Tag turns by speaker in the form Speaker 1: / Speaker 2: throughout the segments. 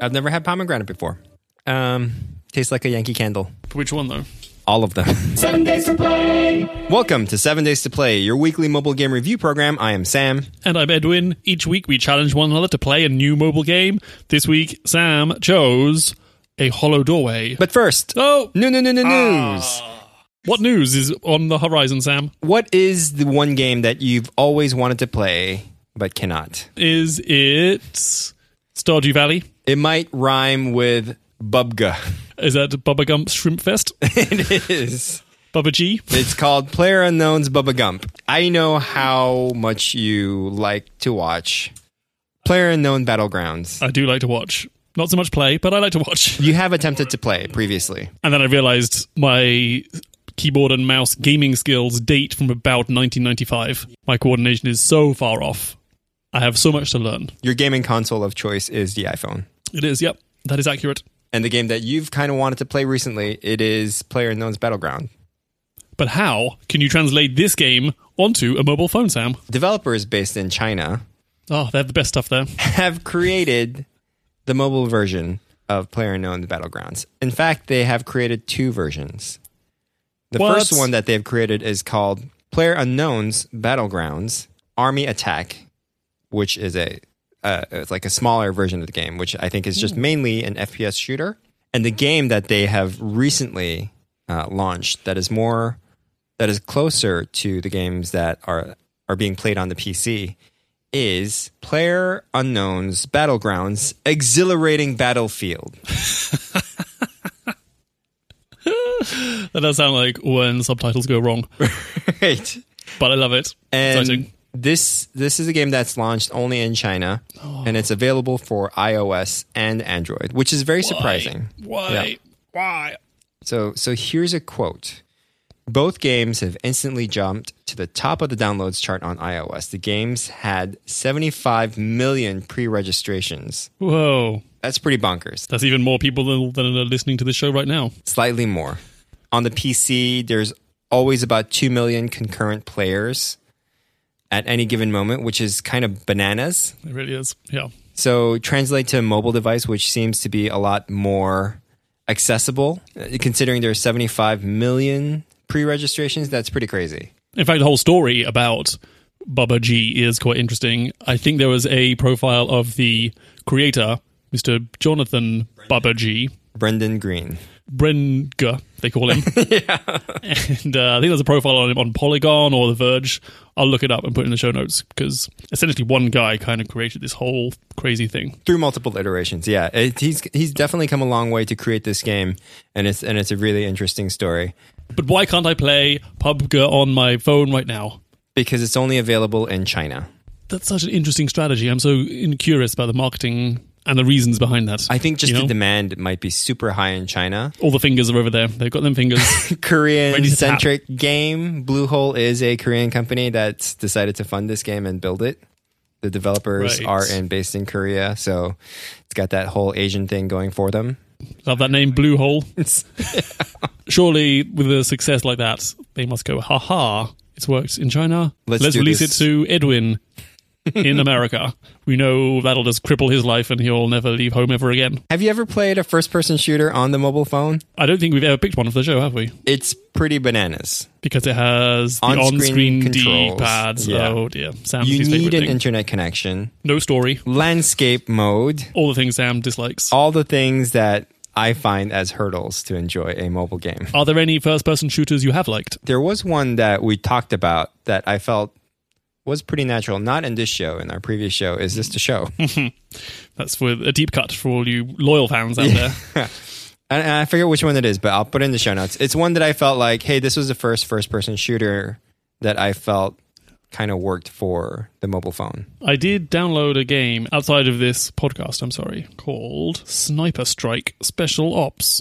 Speaker 1: I've never had pomegranate before. Um, tastes like a Yankee candle.
Speaker 2: Which one though?
Speaker 1: All of them.
Speaker 3: Seven days to play.
Speaker 1: Welcome to Seven Days to Play, your weekly mobile game review program. I am Sam.
Speaker 2: And I'm Edwin. Each week we challenge one another to play a new mobile game. This week, Sam chose a Hollow Doorway.
Speaker 1: But first,
Speaker 2: oh,
Speaker 1: no, no, no, no, news.
Speaker 2: what news is on the horizon, Sam?
Speaker 1: What is the one game that you've always wanted to play but cannot?
Speaker 2: Is it Stardew Valley?
Speaker 1: It might rhyme with Bubga.
Speaker 2: Is that Bubba Gump's Shrimp Fest?
Speaker 1: it is.
Speaker 2: Bubba G?
Speaker 1: It's called Player Unknown's Bubba Gump. I know how much you like to watch Player Unknown Battlegrounds.
Speaker 2: I do like to watch. Not so much play, but I like to watch.
Speaker 1: You have attempted to play previously.
Speaker 2: And then I realized my keyboard and mouse gaming skills date from about 1995. My coordination is so far off. I have so much to learn.
Speaker 1: Your gaming console of choice is the iPhone.
Speaker 2: It is, yep, that is accurate.
Speaker 1: And the game that you've kind of wanted to play recently, it is Player Unknown's Battleground.
Speaker 2: But how can you translate this game onto a mobile phone, Sam?
Speaker 1: Developers based in China
Speaker 2: Oh, they have the best stuff there.
Speaker 1: have created the mobile version of Player Unknown's Battlegrounds. In fact, they have created two versions. The
Speaker 2: What?
Speaker 1: first one that they've created is called Player Unknown's Battlegrounds Army Attack, which is a uh, it's like a smaller version of the game, which I think is just mainly an FPS shooter. And the game that they have recently uh, launched that is more that is closer to the games that are are being played on the PC is Player Unknown's Battlegrounds Exhilarating Battlefield.
Speaker 2: That does sound like when subtitles go wrong,
Speaker 1: right.
Speaker 2: but I love it.
Speaker 1: And
Speaker 2: Exciting.
Speaker 1: this this is a game that's launched only in China and it's available for iOS and Android, which is very surprising.
Speaker 2: Why?
Speaker 1: Yeah.
Speaker 2: Why?
Speaker 1: So so here's a quote. Both games have instantly jumped to the top of the downloads chart on iOS. The games had 75 million pre-registrations.
Speaker 2: Whoa.
Speaker 1: That's pretty bonkers.
Speaker 2: That's even more people than, than are listening to the show right now.
Speaker 1: Slightly more. On the PC, there's always about 2 million concurrent players at any given moment, which is kind of bananas.
Speaker 2: It really is. Yeah.
Speaker 1: So translate to a mobile device, which seems to be a lot more accessible, uh, considering there's 75 million pre-registrations. That's pretty crazy.
Speaker 2: In fact, the whole story about Bubba G is quite interesting. I think there was a profile of the creator, Mr. Jonathan Bubba G,
Speaker 1: Brendan Green.
Speaker 2: Brenga, they call him. And uh, I think there's a profile on him on Polygon or The Verge. I'll look it up and put it in the show notes because essentially one guy kind of created this whole crazy thing.
Speaker 1: Through multiple iterations, yeah, it, he's he's definitely come a long way to create this game, and it's and it's a really interesting story
Speaker 2: But why can't I play PUBG on my phone right now?
Speaker 1: because it's only available in China.
Speaker 2: That's such an interesting strategy. I'm so in- curious about the marketing and the reasons behind that.
Speaker 1: I think just
Speaker 2: You know?
Speaker 1: the demand might be super high in China.
Speaker 2: all the fingers are over there. They've got them fingers.
Speaker 1: Korean
Speaker 2: Ready to tap.
Speaker 1: centric game. Bluehole is a Korean company that's decided to fund this game and build it. The developers
Speaker 2: Right.
Speaker 1: are in based in Korea, so it's got that whole Asian thing going for them.
Speaker 2: Love that name, Blue Hole. Surely, with a success like that, they must go, ha ha, it's worked in China.
Speaker 1: Let's
Speaker 2: Let's,
Speaker 1: do
Speaker 2: release
Speaker 1: this."
Speaker 2: it to Edwin in America. We know that'll just cripple his life and he'll never leave home ever again.
Speaker 1: Have you ever played a first person shooter on the mobile phone?
Speaker 2: I don't think we've ever picked one for the show, have we?
Speaker 1: It's pretty bananas.
Speaker 2: Because it has the
Speaker 1: On-screen
Speaker 2: on screen D
Speaker 1: controls.
Speaker 2: pads.
Speaker 1: Yeah.
Speaker 2: Oh, dear. Sam's
Speaker 1: You
Speaker 2: his
Speaker 1: need
Speaker 2: favorite
Speaker 1: an
Speaker 2: thing.
Speaker 1: internet connection,
Speaker 2: no story.
Speaker 1: landscape mode,
Speaker 2: All the things Sam dislikes.
Speaker 1: all the things that I find as hurdles to enjoy a mobile game.
Speaker 2: Are there any first person shooters you have liked?
Speaker 1: there was one that we talked about that I felt was pretty natural, not in this show, in our previous show. Is this the show? and,
Speaker 2: That's with a deep cut for all you loyal fans out there.
Speaker 1: and I forget which one it is, but I'll put it in the show notes. It's one that I felt like, hey, this was the first first person shooter that I felt kind of worked for the mobile phone.
Speaker 2: I did download a game outside of this podcast, I'm sorry, called Sniper Strike Special Ops.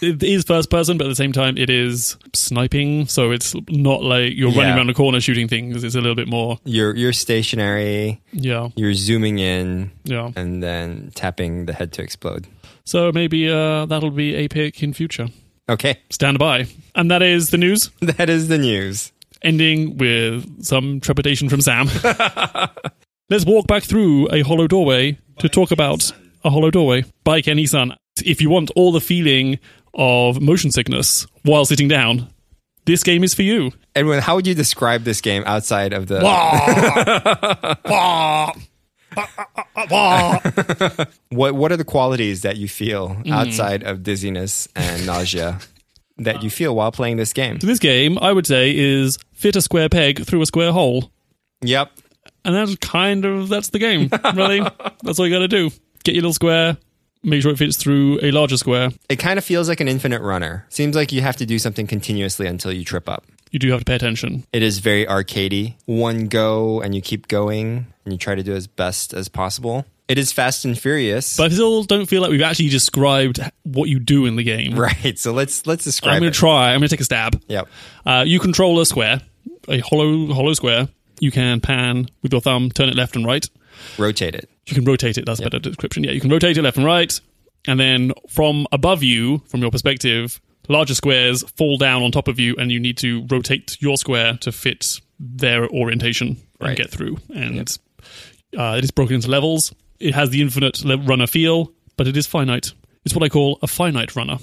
Speaker 2: it is first person, but at the same time, it is sniping, so it's not like you're
Speaker 1: Yeah.
Speaker 2: running around a corner shooting things. It's a little bit more,
Speaker 1: You're you're stationary,
Speaker 2: yeah,
Speaker 1: you're zooming in
Speaker 2: yeah.
Speaker 1: and then tapping the head to explode.
Speaker 2: So maybe uh, that'll be a pick in future.
Speaker 1: Okay.
Speaker 2: Stand by. And that is the news,
Speaker 1: That is the news.
Speaker 2: ending with some trepidation from Sam. Let's walk back through a hollow doorway to talk about A Hollow Doorway by Kenny Sun. If you want all the feeling of motion sickness while sitting down, this game is for you.
Speaker 1: Edwin, how would you describe this game outside of the what what are the qualities that you feel
Speaker 2: Mm-hmm.
Speaker 1: outside of dizziness and nausea that you feel while playing this game?
Speaker 2: So this game, I would say, is fit a square peg through a square hole.
Speaker 1: Yep.
Speaker 2: And that's kind of that's the game, really. that's all you gotta do. Get your little square, make sure it fits through a larger square.
Speaker 1: It kind of feels like an infinite runner. Seems like you have to do something continuously until you trip up.
Speaker 2: You do have to pay attention.
Speaker 1: It is very arcadey. One go and you keep going and you try to do as best as possible. It is fast and furious.
Speaker 2: But I still don't feel like we've actually described what you do in the game.
Speaker 1: right. So let's let's describe
Speaker 2: I'm gonna
Speaker 1: it.
Speaker 2: try, I'm gonna take a stab.
Speaker 1: yep.
Speaker 2: Uh, you control a square, a hollow hollow square. You can pan with your thumb, turn it left and right.
Speaker 1: Rotate it.
Speaker 2: You can rotate it. That's a better description. Yeah, you can rotate it left and right, and then from above you, from your perspective, larger squares fall down on top of you, and you need to rotate your square to fit their orientation
Speaker 1: Right.
Speaker 2: and get through. And uh, it is broken into levels. It has the infinite le- runner feel, but it is finite. It's what I call a finite runner.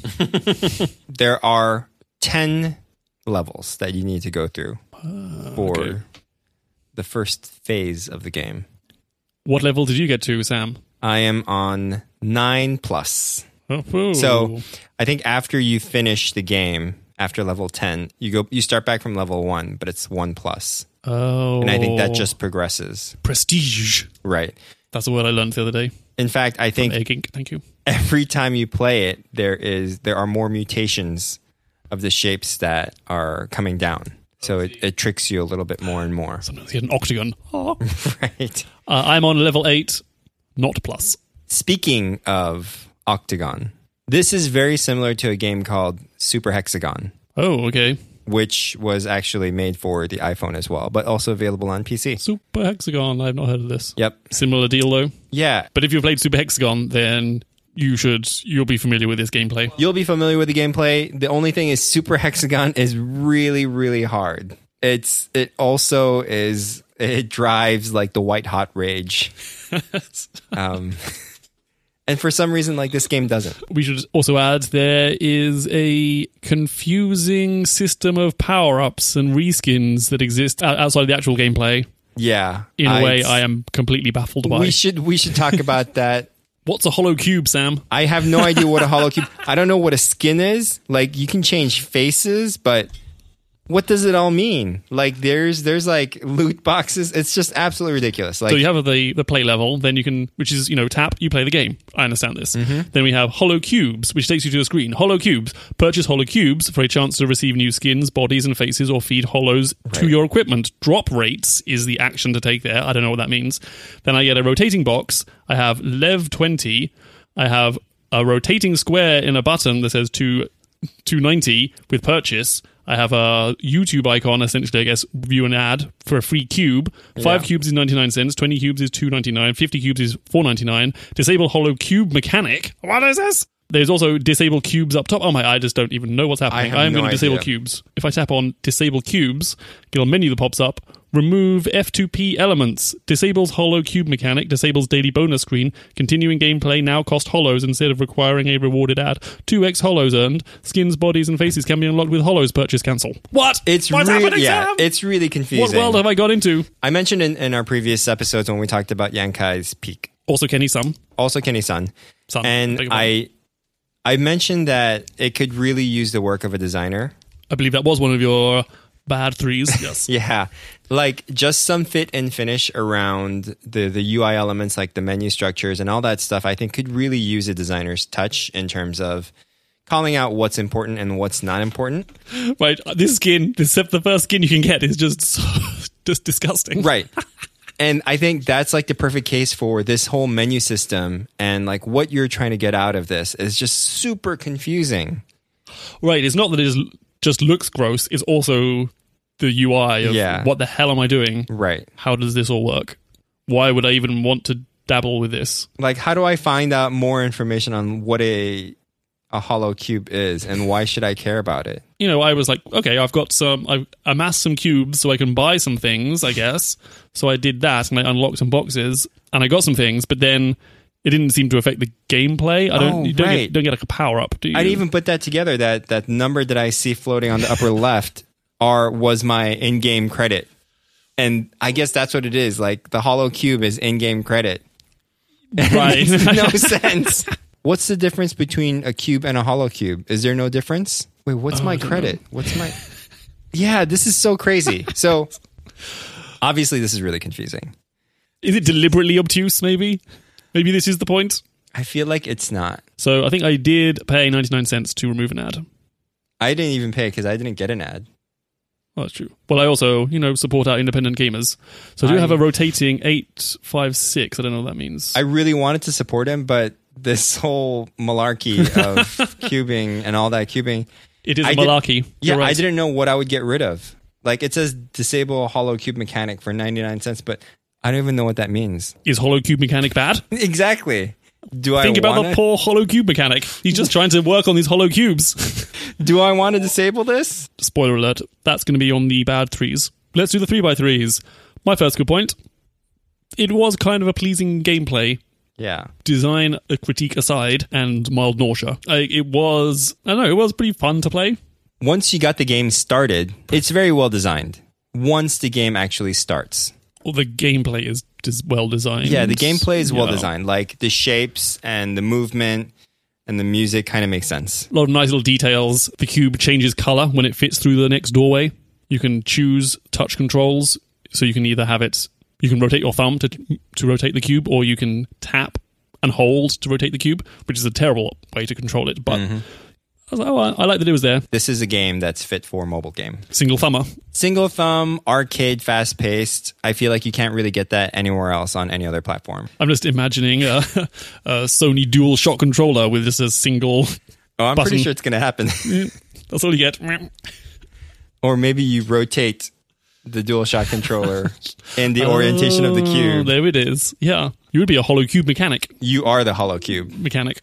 Speaker 1: there are 10 levels that you need to go through for
Speaker 2: Uh, okay.
Speaker 1: the first phase of the game.
Speaker 2: what level did you get to, Sam?
Speaker 1: I am on 9 plus.
Speaker 2: Oh, whoa.
Speaker 1: So, I think after you finish the game, after level 10, you go you start back from level 1, but it's 1 plus.
Speaker 2: oh,
Speaker 1: And I think that just progresses,
Speaker 2: prestige.
Speaker 1: right?
Speaker 2: That's the word I learned the other day.
Speaker 1: In fact, I think
Speaker 2: Egg ink. Thank you.
Speaker 1: every time you play it, there is there are more mutations of the shapes that are coming down. So it, it tricks you a little bit more and more.
Speaker 2: Sometimes you get an octagon. Ah.
Speaker 1: Right.
Speaker 2: Uh, I'm on level eight, not plus.
Speaker 1: Speaking of Octagon, this is very similar to a game called Super Hexagon,
Speaker 2: Oh, okay.
Speaker 1: which was actually made for the iPhone as well, but also available on PC.
Speaker 2: Super Hexagon. I've not heard of this.
Speaker 1: Yep.
Speaker 2: Similar deal though.
Speaker 1: Yeah.
Speaker 2: But if you've played Super Hexagon, then you should you'll be familiar with this gameplay.
Speaker 1: You'll be familiar with the gameplay. The only thing is Super Hexagon is really, really hard. It's it also is it drives like the white hot rage. Um and for some reason like this game doesn't.
Speaker 2: we should also add there is a confusing system of power ups and reskins that exist o- outside of the actual gameplay.
Speaker 1: Yeah.
Speaker 2: In a
Speaker 1: a
Speaker 2: way, I am completely baffled by.
Speaker 1: we should we should talk about that
Speaker 2: What's a hollow cube, Sam?
Speaker 1: I have no idea what a hollow cube. I don't know what a skin is. Like you can change faces, but what does it all mean? Like there's there's like loot boxes. It's just absolutely ridiculous. Like
Speaker 2: So you have the the play level, then you can, which is you know tap, you play the game. I understand this. Then we have hollow cubes, which takes you to the screen. Hollow cubes, purchase hollow cubes for a chance to receive new skins, bodies, and faces, or feed hollows to your equipment. Drop rates is the action to take there. I don't know what that means. Then I get a rotating box. I have lev twenty. I have a rotating square in a button that says to 290 with purchase. I have a YouTube icon, essentially, I guess, view an ad for a free cube. Five cubes is 99 cents, 20 cubes is 299, 50 cubes is 499. Disable hollow cube mechanic. What is this? There's also disable cubes up top. Oh my, I just don't even know what's happening.
Speaker 1: have
Speaker 2: I'm
Speaker 1: no
Speaker 2: going to disable
Speaker 1: idea.
Speaker 2: cubes. If I tap on disable cubes, get a menu that pops up. Remove F2P elements. Disables hollow cube mechanic. Disables daily bonus screen. Continuing gameplay now cost hollows instead of requiring a rewarded ad. 2x hollows earned. Skins, bodies, and faces can be unlocked with hollows purchase cancel. What?
Speaker 1: it's
Speaker 2: What's
Speaker 1: really
Speaker 2: happening,
Speaker 1: yeah,
Speaker 2: Sam?
Speaker 1: it's really
Speaker 2: What
Speaker 1: confusing.
Speaker 2: world have I got into?
Speaker 1: I mentioned in, in our previous episodes when we talked about Yankai's Peak,
Speaker 2: Also, Kenny Sum.
Speaker 1: also Kenny San,
Speaker 2: San,
Speaker 1: and
Speaker 2: beg your
Speaker 1: I I mentioned that it could really use the work of a designer.
Speaker 2: I believe that was one of your bad threes. Yes.
Speaker 1: Yeah. Like just some fit and finish around the the UI elements like the menu structures and all that stuff I think could really use a designer's touch in terms of calling out what's important and what's not important.
Speaker 2: right. uh, This skin, except the first skin you can get, is just so, just disgusting.
Speaker 1: Right. and I think that's like the perfect case for this whole menu system and like what you're trying to get out of this is just super confusing.
Speaker 2: Right. It's not that it is, just looks gross. It's also the UI of
Speaker 1: Yeah.
Speaker 2: what the hell am I doing?
Speaker 1: Right.
Speaker 2: How does this all work? Why would I even want to dabble with this?
Speaker 1: Like how do I find out more information on what a a hollow cube is and why should I care about it?
Speaker 2: You know, I was like, okay, I've got some, I've amassed some cubes so I can buy some things, I guess. So I did that and I unlocked some boxes and I got some things, but then It didn't seem to affect the gameplay. I don't.
Speaker 1: Oh,
Speaker 2: you don't,
Speaker 1: right.
Speaker 2: get, don't get like a power up, do you?
Speaker 1: I'd even put that together. That that number that I see floating on the upper left are was my in-game credit, and I guess that's what it is. Like the Hollow Cube is in-game credit.
Speaker 2: right.
Speaker 1: No sense. What's the difference between a cube and a Hollow Cube? Is there no difference? Wait, what's my credit? What's my? Yeah, this is so crazy. So obviously, this is really confusing.
Speaker 2: Is it deliberately obtuse? Maybe. Maybe this is the point.
Speaker 1: I feel like it's not.
Speaker 2: So I think I did pay ninety nine cents to remove an ad.
Speaker 1: I didn't even pay because I didn't get an ad.
Speaker 2: Well, that's true. Well, I also, you know, support our independent gamers. So I do
Speaker 1: I-
Speaker 2: have a rotating eight, five, six. I don't know what that means.
Speaker 1: I really wanted to support him, but this whole malarkey of cubing and all that cubing.
Speaker 2: it is
Speaker 1: I did-
Speaker 2: malarkey.
Speaker 1: Yeah,
Speaker 2: You're right.
Speaker 1: I didn't know what I would get rid of. Like it says disable hollow cube mechanic for 99 cents, but I don't even know what that means.
Speaker 2: Is Hollow Cube mechanic bad?
Speaker 1: Exactly. Do I
Speaker 2: Think about
Speaker 1: wanna,
Speaker 2: the poor Hollow Cube mechanic. He's just trying to work on these Hollow Cubes.
Speaker 1: Do I want to disable this?
Speaker 2: Spoiler alert, that's going to be on the bad threes. Let's do the three by threes. My first good point. It was kind of a pleasing gameplay.
Speaker 1: Yeah.
Speaker 2: Design a critique aside and mild nausea. I, it was, I don't know, it was pretty fun to play.
Speaker 1: Once you got the game started, it's very well designed. Once the game actually starts.
Speaker 2: Well, the gameplay is des- well designed.
Speaker 1: Yeah, the gameplay is well
Speaker 2: Yeah.
Speaker 1: designed. Like the shapes and the movement and the music kind of makes sense.
Speaker 2: A lot of nice little details. The cube changes color when it fits through the next doorway. You can choose touch controls, so you can either have it, you can rotate your thumb to to rotate the cube, or you can tap and hold to rotate the cube, which is a terrible way to control it. But
Speaker 1: Mm-hmm.
Speaker 2: I was like, oh, I, I like that it was there.
Speaker 1: This is a game that's fit for a mobile game.
Speaker 2: Single thumber.
Speaker 1: single thumb arcade fast paced i feel like you can't really get that anywhere else on any other platform
Speaker 2: I'm just imagining a, a Sony Dual Shot controller with just a single.
Speaker 1: oh i'm
Speaker 2: Button.
Speaker 1: pretty sure it's going to happen
Speaker 2: That's all you get.
Speaker 1: or maybe you rotate the DualShock controller and the orientation of the
Speaker 2: Oh,
Speaker 1: cube
Speaker 2: there it is. Yeah, you would be a hollow cube mechanic.
Speaker 1: you are the hollow cube
Speaker 2: Mechanic.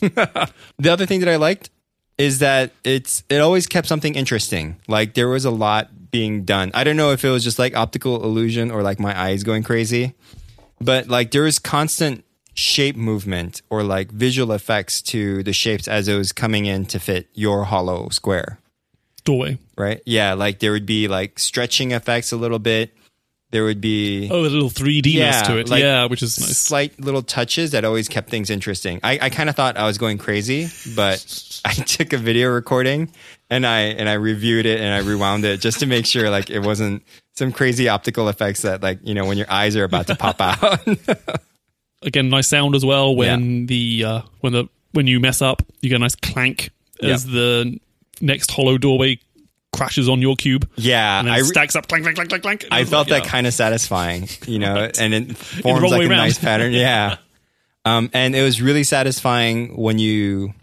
Speaker 1: the other thing that i liked is that it's it always kept something interesting like there was a lot being done i don't know if it was just like optical illusion or like my eyes going crazy but like there was constant shape movement or like visual effects to the shapes as it was coming in to fit your hollow square
Speaker 2: Doorway.
Speaker 1: right yeah like there would be like stretching effects a little bit there would be
Speaker 2: Oh, there's a little 3 dness
Speaker 1: Yeah,
Speaker 2: to it.
Speaker 1: like-
Speaker 2: yeah, which is nice.
Speaker 1: slight little touches that always kept things interesting i, I kind of thought i was going crazy but i took a video recording and i and i reviewed it and i rewound it just to make sure like it wasn't some crazy optical effects that like you know when your eyes are about to pop out
Speaker 2: Again, nice sound as well when the uh, when the when you mess up, you get a nice clank as the next hollow doorway crashes on your cube.
Speaker 1: yeah
Speaker 2: And then
Speaker 1: I, re-
Speaker 2: stacks up clank clank clank clank clank.
Speaker 1: I felt that
Speaker 2: yeah.
Speaker 1: kind of satisfying, you know, and it forms
Speaker 2: wrong
Speaker 1: like
Speaker 2: way
Speaker 1: a
Speaker 2: round.
Speaker 1: nice pattern. Yeah. um, and it was really satisfying when you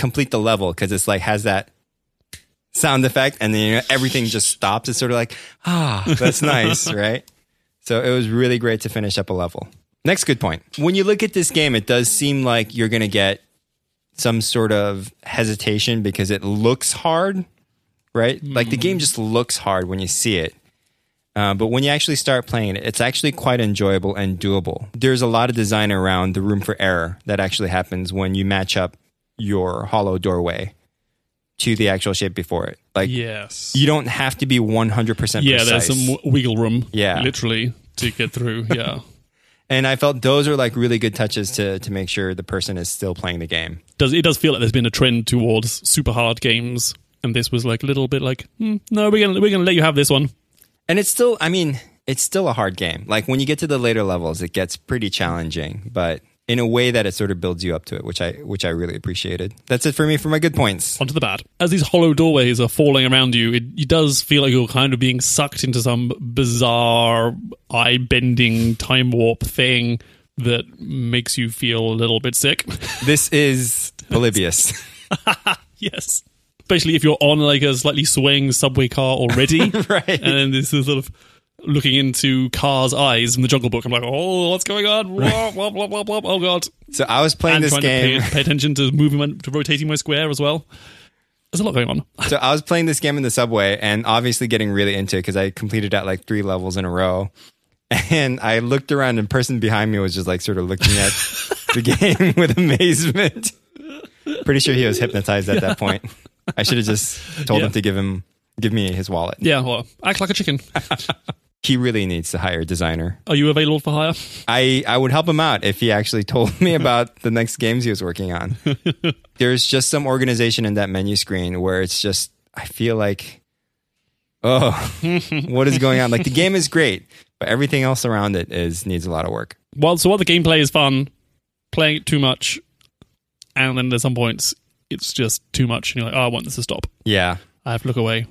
Speaker 1: complete the level because it's like has that sound effect and then you know, everything just stops. It's sort of like, ah, that's nice, right? So it was really great to finish up a level. Next good point. When you look at this game, it does seem like you're going to get some sort of hesitation because it looks hard, right? Like the game just looks hard when you see it. Uh, but when you actually start playing it, it's actually quite enjoyable and doable. There's a lot of design around the room for error that actually happens when you match up your hollow doorway to the actual shape before it. Like
Speaker 2: Yes.
Speaker 1: you don't have to be 100% precise.
Speaker 2: yeah, there's some w- wiggle room.
Speaker 1: Yeah.
Speaker 2: Literally to get through. Yeah.
Speaker 1: and I felt those are like really good touches to to make sure the person is still playing the game.
Speaker 2: does it does feel like there's been a trend towards super hard games and this was like a little bit like, hmm, no, we're going to we're going to let you have this one.
Speaker 1: And it's still, I mean, it's still a hard game. Like when you get to the later levels, it gets pretty challenging, but in a way that it sort of builds you up to it, which I which I really appreciated. That's it for me for my good points.
Speaker 2: onto the bad. As these hollow doorways are falling around you, it, it does feel like you're kind of being sucked into some bizarre, eye bending time warp thing that makes you feel a little bit sick.
Speaker 1: This is Polybius.
Speaker 2: yes. Especially if you're on like a slightly swaying subway car already.
Speaker 1: Right.
Speaker 2: And then this is sort of looking into cars' eyes in the jungle book. I'm like, oh, what's going on? Blah, blah, blah, blah, blah. Oh, God.
Speaker 1: So I was playing
Speaker 2: and
Speaker 1: this
Speaker 2: trying
Speaker 1: game.
Speaker 2: to pay, pay attention to movement, to rotating my square as well. There's a lot going on.
Speaker 1: So I was playing this game in the subway and obviously getting really into it because I completed at like three levels in a row. And I looked around, and the person behind me was just like sort of looking at the game with amazement. Pretty sure he was hypnotized at that point. I should have just told
Speaker 2: Yeah.
Speaker 1: him to give him give me his wallet.
Speaker 2: Yeah, well, act like a chicken.
Speaker 1: He really needs to hire a designer.
Speaker 2: Are you available for hire?
Speaker 1: I, I would help him out if he actually told me about the next games he was working on. There's just some organization in that menu screen where it's just, I feel like, oh, what is going on? Like the game is great, but everything else around it is needs a lot of work.
Speaker 2: Well, so while the gameplay is fun, playing it too much, and then there's some points it's just too much, and you're like, oh, I want this to stop.
Speaker 1: Yeah.
Speaker 2: I have to look away.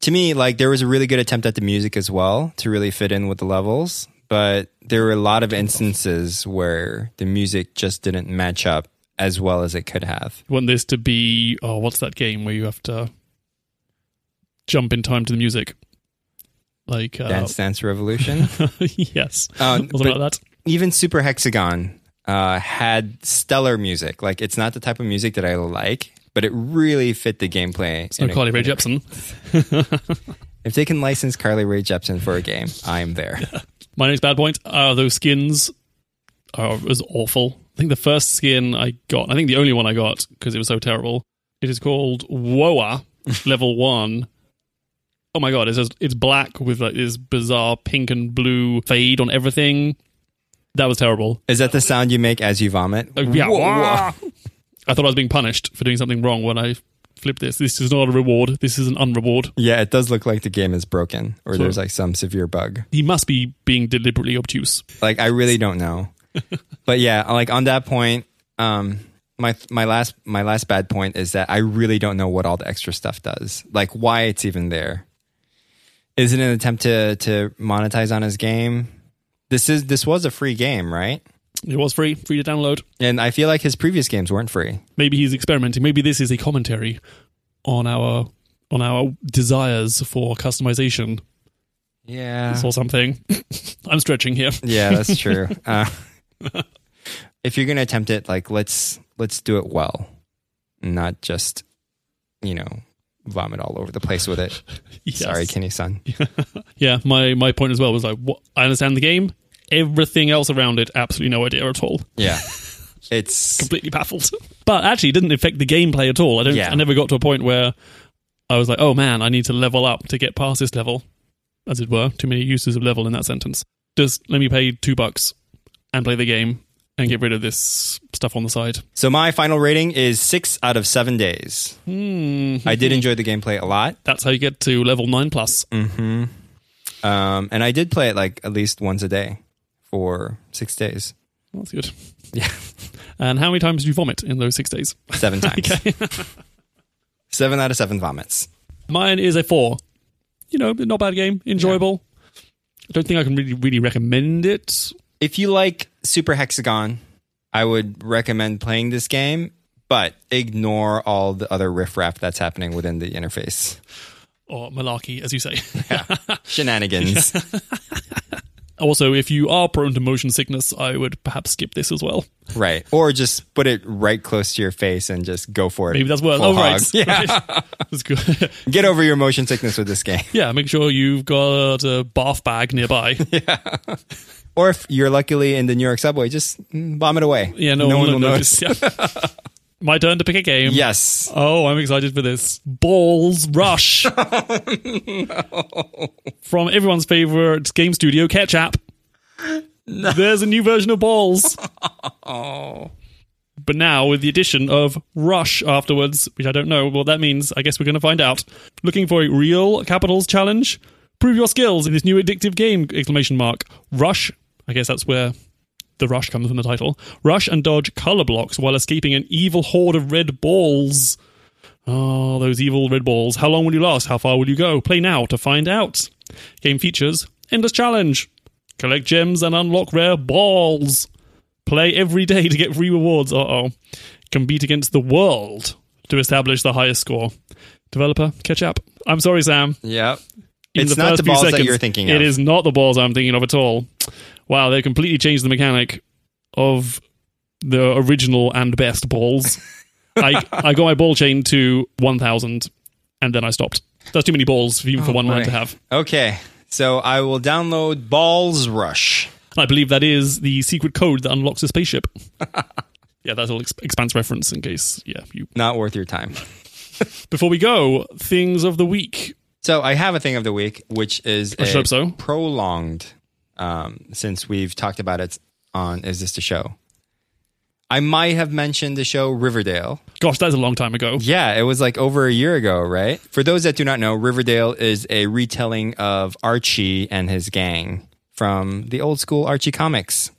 Speaker 1: To me, like there was a really good attempt at the music as well to really fit in with the levels, but there were a lot of instances where the music just didn't match up as well as it could have.
Speaker 2: You want this to be, oh, what's that game where you have to jump in time to the music? Like, uh,
Speaker 1: Dance Dance Revolution.
Speaker 2: yes.
Speaker 1: Um,
Speaker 2: Wasn't
Speaker 1: but-
Speaker 2: like that.
Speaker 1: even Super Hexagon uh, had stellar music. Like it's not the type of music that I like, but it really fit the gameplay.
Speaker 2: No,
Speaker 1: in a-
Speaker 2: Carly Rae Jepsen.
Speaker 1: If they can license Carly Rae Jepsen for a game, I am there.
Speaker 2: My next bad point are those skins are was awful. I think the first skin I got, I think the only one I got because it was so terrible. It is called Woa Level One. Oh my god! It's just, it's black with like this bizarre pink and blue fade on everything. That was terrible.
Speaker 1: Is that the sound you make as you vomit?
Speaker 2: Uh, yeah.
Speaker 1: Whoa, whoa.
Speaker 2: I thought I was being punished for doing something wrong when I flipped this. This is not a reward. This is an unreward.
Speaker 1: Yeah, it does look like the game is broken or there's
Speaker 2: Sure.
Speaker 1: like some severe bug.
Speaker 2: He must be being deliberately obtuse.
Speaker 1: Like I really don't know. but yeah, like on that point, um my my last my last bad point is that I really don't know what all the extra stuff does. Like why it's even there. Is it an attempt to to monetize on his game? This is this was a free game, right?
Speaker 2: It was free, free to download.
Speaker 1: And I feel like his previous games weren't free.
Speaker 2: maybe he's experimenting maybe this is a commentary on our on our desires for customization
Speaker 1: Yeah.
Speaker 2: or something i'm stretching here
Speaker 1: Yeah, that's true. Uh, if you're gonna attempt it, like let's let's do it well, not just you know vomit all over the place with it.
Speaker 2: Yes.
Speaker 1: Sorry, Kenny son.
Speaker 2: yeah my my point as well was like what i understand the game everything else around it absolutely no idea at all
Speaker 1: Yeah, it's
Speaker 2: completely baffled but actually it didn't affect the gameplay at all i don't
Speaker 1: Yeah.
Speaker 2: i never got to a point where i was like oh man i need to level up to get past this level as it were too many uses of level in that sentence just let me pay two bucks and play the game and get rid of this stuff on the side
Speaker 1: so my final rating is six out of seven days. I did enjoy the gameplay a lot,
Speaker 2: Hmm. That's how you get to level nine plus.
Speaker 1: Mm. um, and I did play it like at least once a day for six days.
Speaker 2: That's good.
Speaker 1: Yeah,
Speaker 2: And how many times did you vomit in those six days?
Speaker 1: seven times. seven out of seven vomits.
Speaker 2: Mine is a four. You know, not bad game, enjoyable. I don't think I can really, really recommend it.
Speaker 1: if you like Super Hexagon, I would recommend playing this game, but ignore all the other riffraff that's happening within the interface.
Speaker 2: Or malarkey, as you say.
Speaker 1: Shenanigans.
Speaker 2: also, if you are prone to motion sickness, I would perhaps skip this as well.
Speaker 1: Right. Or just put it right close to your face and just go for it.
Speaker 2: Maybe that's worse.
Speaker 1: Full
Speaker 2: oh, right.
Speaker 1: hog. Yeah.
Speaker 2: Right. That's good.
Speaker 1: Get over your motion sickness with this game.
Speaker 2: yeah, make sure you've got a bath bag nearby.
Speaker 1: Or if you're luckily in the New York subway, just mm, bomb it away.
Speaker 2: Yeah, no, one, will notice. Yeah. My turn to pick a game.
Speaker 1: Yes.
Speaker 2: Oh, I'm excited for this. Balls Rush. From everyone's favorite game studio, Ketchup. There's a new version of Balls. But now with the addition of Rush afterwards, which I don't know what that means. I guess we're going to find out. Looking for a real capitals challenge? Prove your skills in this new addictive game! Exclamation mark. Rush. I guess that's where the rush comes from the title. Rush and dodge color blocks while escaping an evil horde of red balls. Oh, those evil red balls. How long will you last? How far will you go? Play now to find out. Game features Endless Challenge. Collect gems and unlock rare balls. Play every day to get free rewards. Uh oh. Compete against the world to establish the highest score. Developer, catch up. I'm sorry, Sam.
Speaker 1: Yep.
Speaker 2: In
Speaker 1: It's
Speaker 2: the
Speaker 1: not
Speaker 2: first
Speaker 1: the
Speaker 2: few
Speaker 1: balls that
Speaker 2: seconds,
Speaker 1: you're thinking
Speaker 2: It
Speaker 1: of.
Speaker 2: is not the balls I'm thinking of at all. Wow, they completely changed the mechanic of the original and best balls. I I got my ball chain to 1,000 and then I stopped. That's too many balls for even for one man
Speaker 1: Oh, boy.
Speaker 2: to have.
Speaker 1: Okay. So I will download Balls Rush.
Speaker 2: And I believe that is the secret code that unlocks a spaceship. yeah, that's all ex- expanse reference in case. Yeah, you.
Speaker 1: Not worth your time.
Speaker 2: Before we go, things of the week.
Speaker 1: So I have a thing of the week, which is
Speaker 2: I should
Speaker 1: a
Speaker 2: hope Oh, so.
Speaker 1: prolonged, um, since we've talked about it on Is This the Show? I might have mentioned the show Riverdale.
Speaker 2: Gosh, that's a long time ago.
Speaker 1: Yeah, it was like over a year ago, right? For those that do not know, Riverdale is a retelling of Archie and his gang from the old school Archie comics.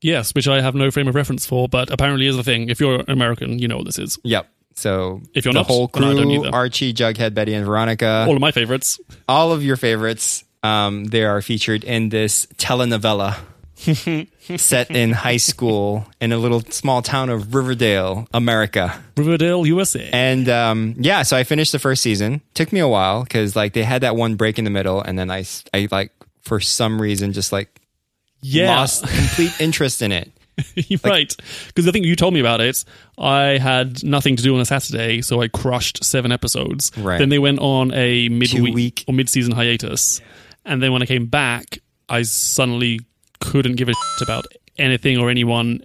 Speaker 2: Yes, which I have no frame of reference for, but apparently is a thing. If you're American, you know what this is.
Speaker 1: Yep. So
Speaker 2: If you're
Speaker 1: the
Speaker 2: not,
Speaker 1: whole
Speaker 2: then I don't
Speaker 1: crew,
Speaker 2: either.
Speaker 1: Archie, Jughead, Betty, and Veronica,
Speaker 2: All of my favorites.
Speaker 1: all of your favorites, um, they are featured in this telenovela set in high school in a little small town of Riverdale, America.
Speaker 2: Riverdale, USA.
Speaker 1: And um, yeah, so I finished the first season. Took me a while because like they had that one break in the middle, and then I s- I, like for some reason just like
Speaker 2: yeah.
Speaker 1: lost complete interest in it.
Speaker 2: You're right. Because I think you told me about it. I had nothing to do on a Saturday, so I crushed seven episodes.
Speaker 1: Right.
Speaker 2: Then they went on a midweek
Speaker 1: week.
Speaker 2: or mid-season hiatus, and then when I came back, I suddenly couldn't give a shit about anything or anyone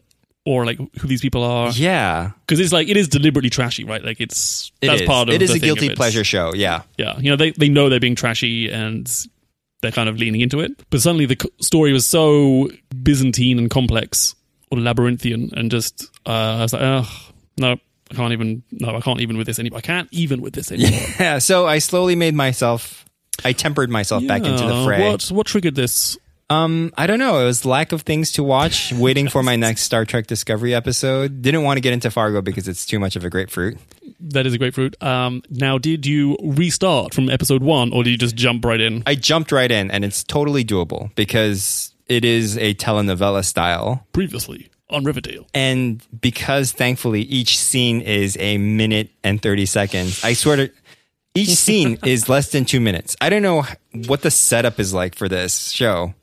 Speaker 2: or like who these people are.
Speaker 1: Yeah,
Speaker 2: Because it's like it is deliberately trashy, right? Like it's
Speaker 1: it
Speaker 2: that's
Speaker 1: is.
Speaker 2: part of
Speaker 1: it is
Speaker 2: the
Speaker 1: a
Speaker 2: thing of
Speaker 1: guilty
Speaker 2: it.
Speaker 1: pleasure show. Yeah,
Speaker 2: Yeah, you know they they know they're being trashy and they're kind of leaning into it. But suddenly the c- story was so Byzantine and complex or labyrinthian, and just uh, I was like, oh no, I can't even. No, I can't even with this anymore. I can't even with this anymore.
Speaker 1: yeah. So I slowly made myself. I tempered myself back into the
Speaker 2: Yeah,
Speaker 1: fray.
Speaker 2: Uh, What what triggered this?
Speaker 1: Um, I don't know. It was lack of things to watch. Waiting for my next Star Trek Discovery episode. Didn't want to get into Fargo because it's too much of a grapefruit.
Speaker 2: That is a grapefruit. Um, now did you restart from episode one, or did you just jump right in?
Speaker 1: I jumped right in, and it's totally doable because it is a telenovela style.
Speaker 2: Previously on Riverdale.
Speaker 1: And because thankfully each scene is a minute and 30 seconds, I swear to each scene is less than two minutes. I don't know what the setup is like for this show,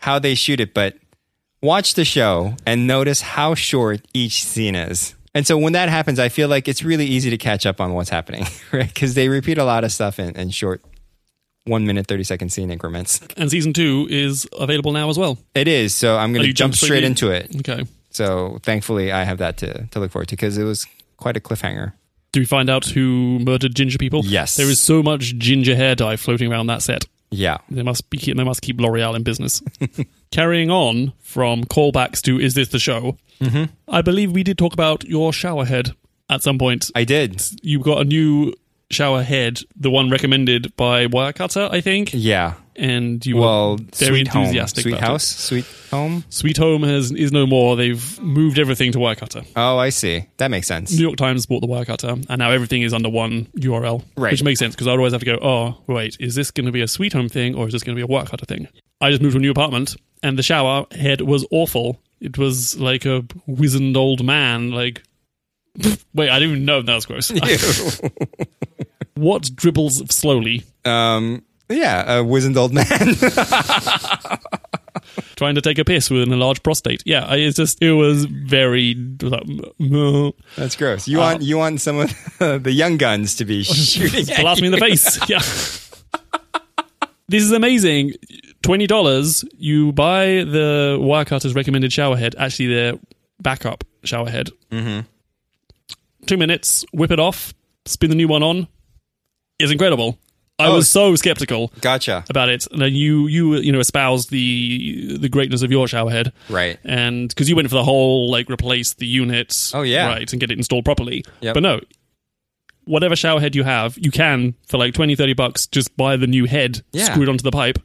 Speaker 1: how they shoot it, but watch the show and notice how short each scene is. And so when that happens, I feel like it's really easy to catch up on what's happening, right? Because they repeat a lot of stuff in, in short one minute, 30 second scene increments.
Speaker 2: And season two is available now as well.
Speaker 1: It is. So I'm going
Speaker 2: Oh,
Speaker 1: to
Speaker 2: you
Speaker 1: jump
Speaker 2: jumped
Speaker 1: straight
Speaker 2: straight in?
Speaker 1: into it.
Speaker 2: Okay.
Speaker 1: So thankfully, I have that to, to look forward to because it was quite a cliffhanger.
Speaker 2: Do we find out who murdered ginger people?
Speaker 1: Yes.
Speaker 2: There is so much ginger hair dye floating around that set.
Speaker 1: Yeah.
Speaker 2: They must be they must keep L'Oreal in business. Carrying on from callbacks to is this the show? Mm-hmm. I believe we did talk about your shower head at some point.
Speaker 1: I did.
Speaker 2: You got a new shower head, the one recommended by Wirecutter, I think,
Speaker 1: Yeah.
Speaker 2: and you
Speaker 1: Well,
Speaker 2: were very
Speaker 1: sweet home,
Speaker 2: enthusiastic.
Speaker 1: sweet
Speaker 2: about it.
Speaker 1: house, sweet home.
Speaker 2: Sweet Home has, is no more. They've moved everything to Wirecutter.
Speaker 1: Oh, I see. That makes sense.
Speaker 2: New York Times bought the Wirecutter, and now everything is under one URL,
Speaker 1: Right.
Speaker 2: which makes sense because I always have to go, oh, wait, is this going to be a Sweet Home thing or is this going to be a Wirecutter thing? I just moved to a new apartment, and the shower head was awful. It was like a wizened old man. Like, wait, I didn't even know that was gross. what dribbles slowly,
Speaker 1: Um. Yeah, a wizened old man.
Speaker 2: trying to take a piss with an enlarged prostate? Yeah, I- it's just it was very. Like,
Speaker 1: That's gross. You
Speaker 2: Uh,
Speaker 1: want you want some of the young guns to be shooting at
Speaker 2: blast me in the face. Yeah. this is amazing. Twenty dollars, you buy the Wirecutter's recommended shower head. Actually, their backup shower head. Mm-hmm. Two minutes, whip it off, spin the new one on. It's incredible. I
Speaker 1: Oh.
Speaker 2: was so skeptical
Speaker 1: you. Gotcha.
Speaker 2: about it. And then you, you, you know, espoused the the greatness of your shower head
Speaker 1: Right.
Speaker 2: and because you went for the whole like replace the units,
Speaker 1: Oh, yeah.
Speaker 2: right, and get it installed properly.
Speaker 1: Yep.
Speaker 2: But no, whatever shower head you have, you can for like 20, 30 bucks just buy the new head
Speaker 1: Yeah.
Speaker 2: screwed onto the pipe,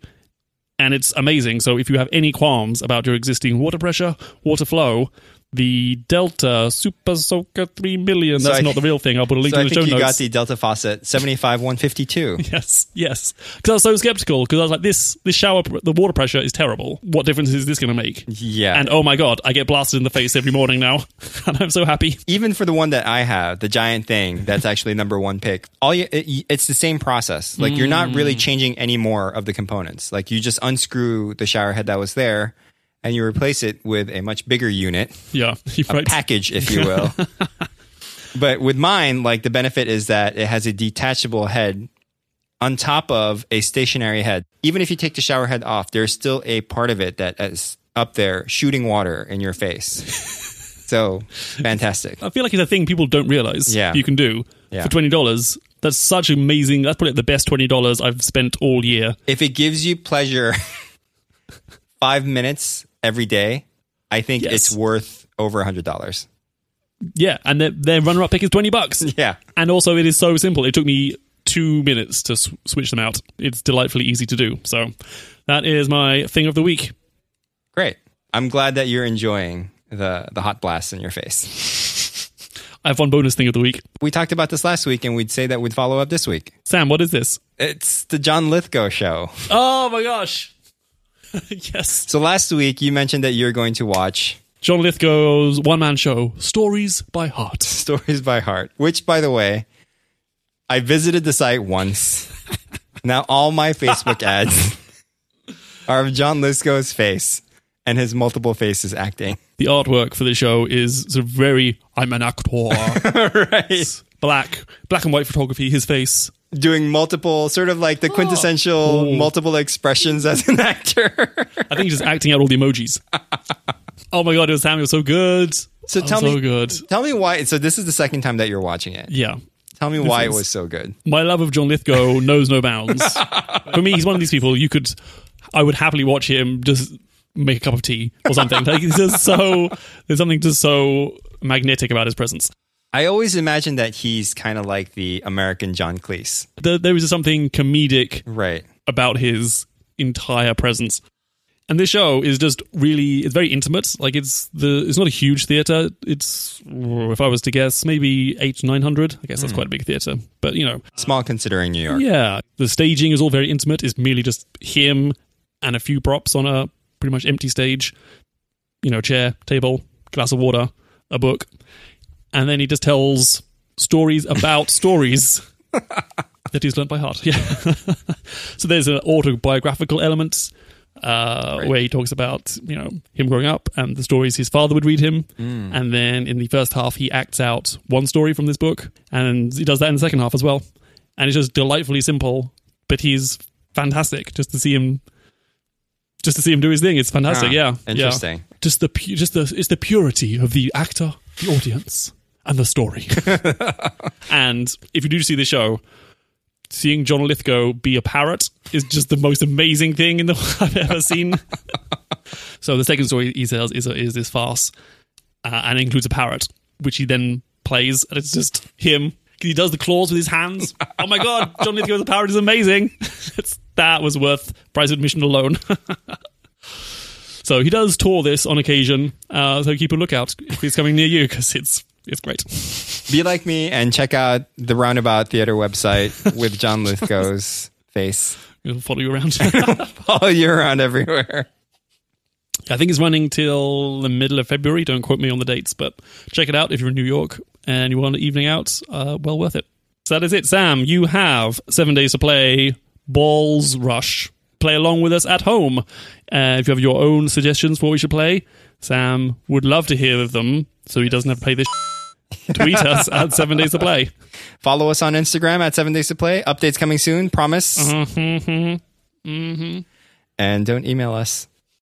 Speaker 2: and it's amazing. So if you have any qualms about your existing water pressure, water flow. The Delta Super Soaker 3 million.
Speaker 1: So
Speaker 2: That's
Speaker 1: I-
Speaker 2: not the real thing. I'll put a link
Speaker 1: So I
Speaker 2: in the show
Speaker 1: think you
Speaker 2: notes.
Speaker 1: got the Delta Faucet seventy five one fifty two.
Speaker 2: Yes, yes. Because I was so skeptical. Because I was like, this, this shower, pr- the water pressure is terrible. What difference is this going to make?
Speaker 1: Yeah.
Speaker 2: And oh my god, I get blasted in the face every morning now, and I'm so happy.
Speaker 1: even for the one that I have, the giant thing that's actually number one pick, all you, it, it's the same process. Like you're not really changing any more of the components. Like you just unscrew the shower head that was there, and you replace it with a much bigger unit
Speaker 2: Yeah, you're right.
Speaker 1: package, if you will. but with mine, like the benefit is that it has a detachable head on top of a stationary head. Even if you take the shower head off, there's still a part of it that is up there shooting water in your face. so fantastic.
Speaker 2: I feel like it's a thing people don't realize
Speaker 1: Yeah.
Speaker 2: you can do
Speaker 1: Yeah.
Speaker 2: for twenty dollars. That's such amazing. That's probably the best twenty dollars I've spent all year.
Speaker 1: If it gives you pleasure five minutes every day, I think
Speaker 2: Yes.
Speaker 1: it's worth over a hundred dollars.
Speaker 2: Yeah, and their, their runner-up pick is twenty bucks.
Speaker 1: Yeah.
Speaker 2: And also, it is so simple. It took me two minutes to sw- switch them out. It's delightfully easy to do. So that is my thing of the week.
Speaker 1: Great. I'm glad that you're enjoying the the hot blast in your face.
Speaker 2: I have one bonus thing of the week.
Speaker 1: We talked about this last week and we'd say that we'd follow up this week.
Speaker 2: Sam, what is this?
Speaker 1: It's the John Lithgow show.
Speaker 2: Oh my gosh. yes.
Speaker 1: So last week you mentioned that you're going to watch
Speaker 2: John Lithgow's one man show, Stories by Heart.
Speaker 1: Stories by Heart, which by the way, I visited the site once. now all my Facebook ads are of John Lithgow's face and his multiple faces acting.
Speaker 2: The artwork for the show is sort of very, I'm an actor.
Speaker 1: right.
Speaker 2: black, black and white photography, his face.
Speaker 1: Doing multiple sort of like the
Speaker 2: Oh.
Speaker 1: quintessential multiple expressions as an actor.
Speaker 2: I think he's just acting out all the emojis. Oh my god, it was Sam, it was so good.
Speaker 1: So
Speaker 2: Oh,
Speaker 1: tell
Speaker 2: so
Speaker 1: me-
Speaker 2: good.
Speaker 1: Tell me why. So this is the second time that you're watching it.
Speaker 2: Yeah.
Speaker 1: Tell me why it
Speaker 2: is-
Speaker 1: was so good.
Speaker 2: my love of John Lithgow knows no bounds. For me, he's one of these people you could, I would happily watch him just make a cup of tea or something. Like he's just so, there's something just so magnetic about his presence.
Speaker 1: I always imagine that he's kind of like the American John Cleese.
Speaker 2: There, there is just something comedic
Speaker 1: Right.
Speaker 2: about his entire presence. And this show is just really, it's very intimate. Like it's the, it's not a huge theater. It's, if I was to guess, maybe eight, 900. I guess that's quite a big theater, but you know,
Speaker 1: Small considering New York.
Speaker 2: Yeah, the staging is all very intimate. It's merely just him and a few props on a pretty much empty stage. You know, chair, table, glass of water, a book, and then he just tells stories about stories that he's learnt by heart. Yeah. so there's an autobiographical element uh, where he talks about you know him growing up and the stories his father would read him,
Speaker 1: Mm.
Speaker 2: and then in the first half he acts out one story from this book, and he does that in the second half as well, and it's just delightfully simple, but he's fantastic just to see him. Just to see him do his thing, it's fantastic.
Speaker 1: Ah,
Speaker 2: yeah, yeah.
Speaker 1: interesting.
Speaker 2: Just the pu- just the it's the purity of the actor, the audience, and the story. and if you do see the show, seeing John Lithgow be a parrot is just the most amazing thing in the I've ever seen. so the second story he tells is is this farce, uh, and includes a parrot, which he then plays, and it's just him. He does the claws with his hands. Oh my god, John Lithgow's a parrot is amazing. it's, that was worth price admission alone. so he does tour this on occasion. Uh, so keep a lookout if he's coming near you because it's it's great.
Speaker 1: Be like me and check out the Roundabout Theater website with John Lithgow's face
Speaker 2: He'll follow you around.
Speaker 1: all year round everywhere.
Speaker 2: I think it's running till the middle of February. Don't quote me on the dates, but check it out if you're in New York and you want an evening out. Uh, well worth it. So that is it, Sam. You have seven days to play Balls Rush. Play along with us at home. Uh, if you have your own suggestions for what we should play, Sam would love to hear of them so he doesn't have to play this. Tweet us at seven days to play.
Speaker 1: Follow us on Instagram at Seven Days to Play. Updates coming soon, promise. Mm-hmm, mm-hmm. And don't email us.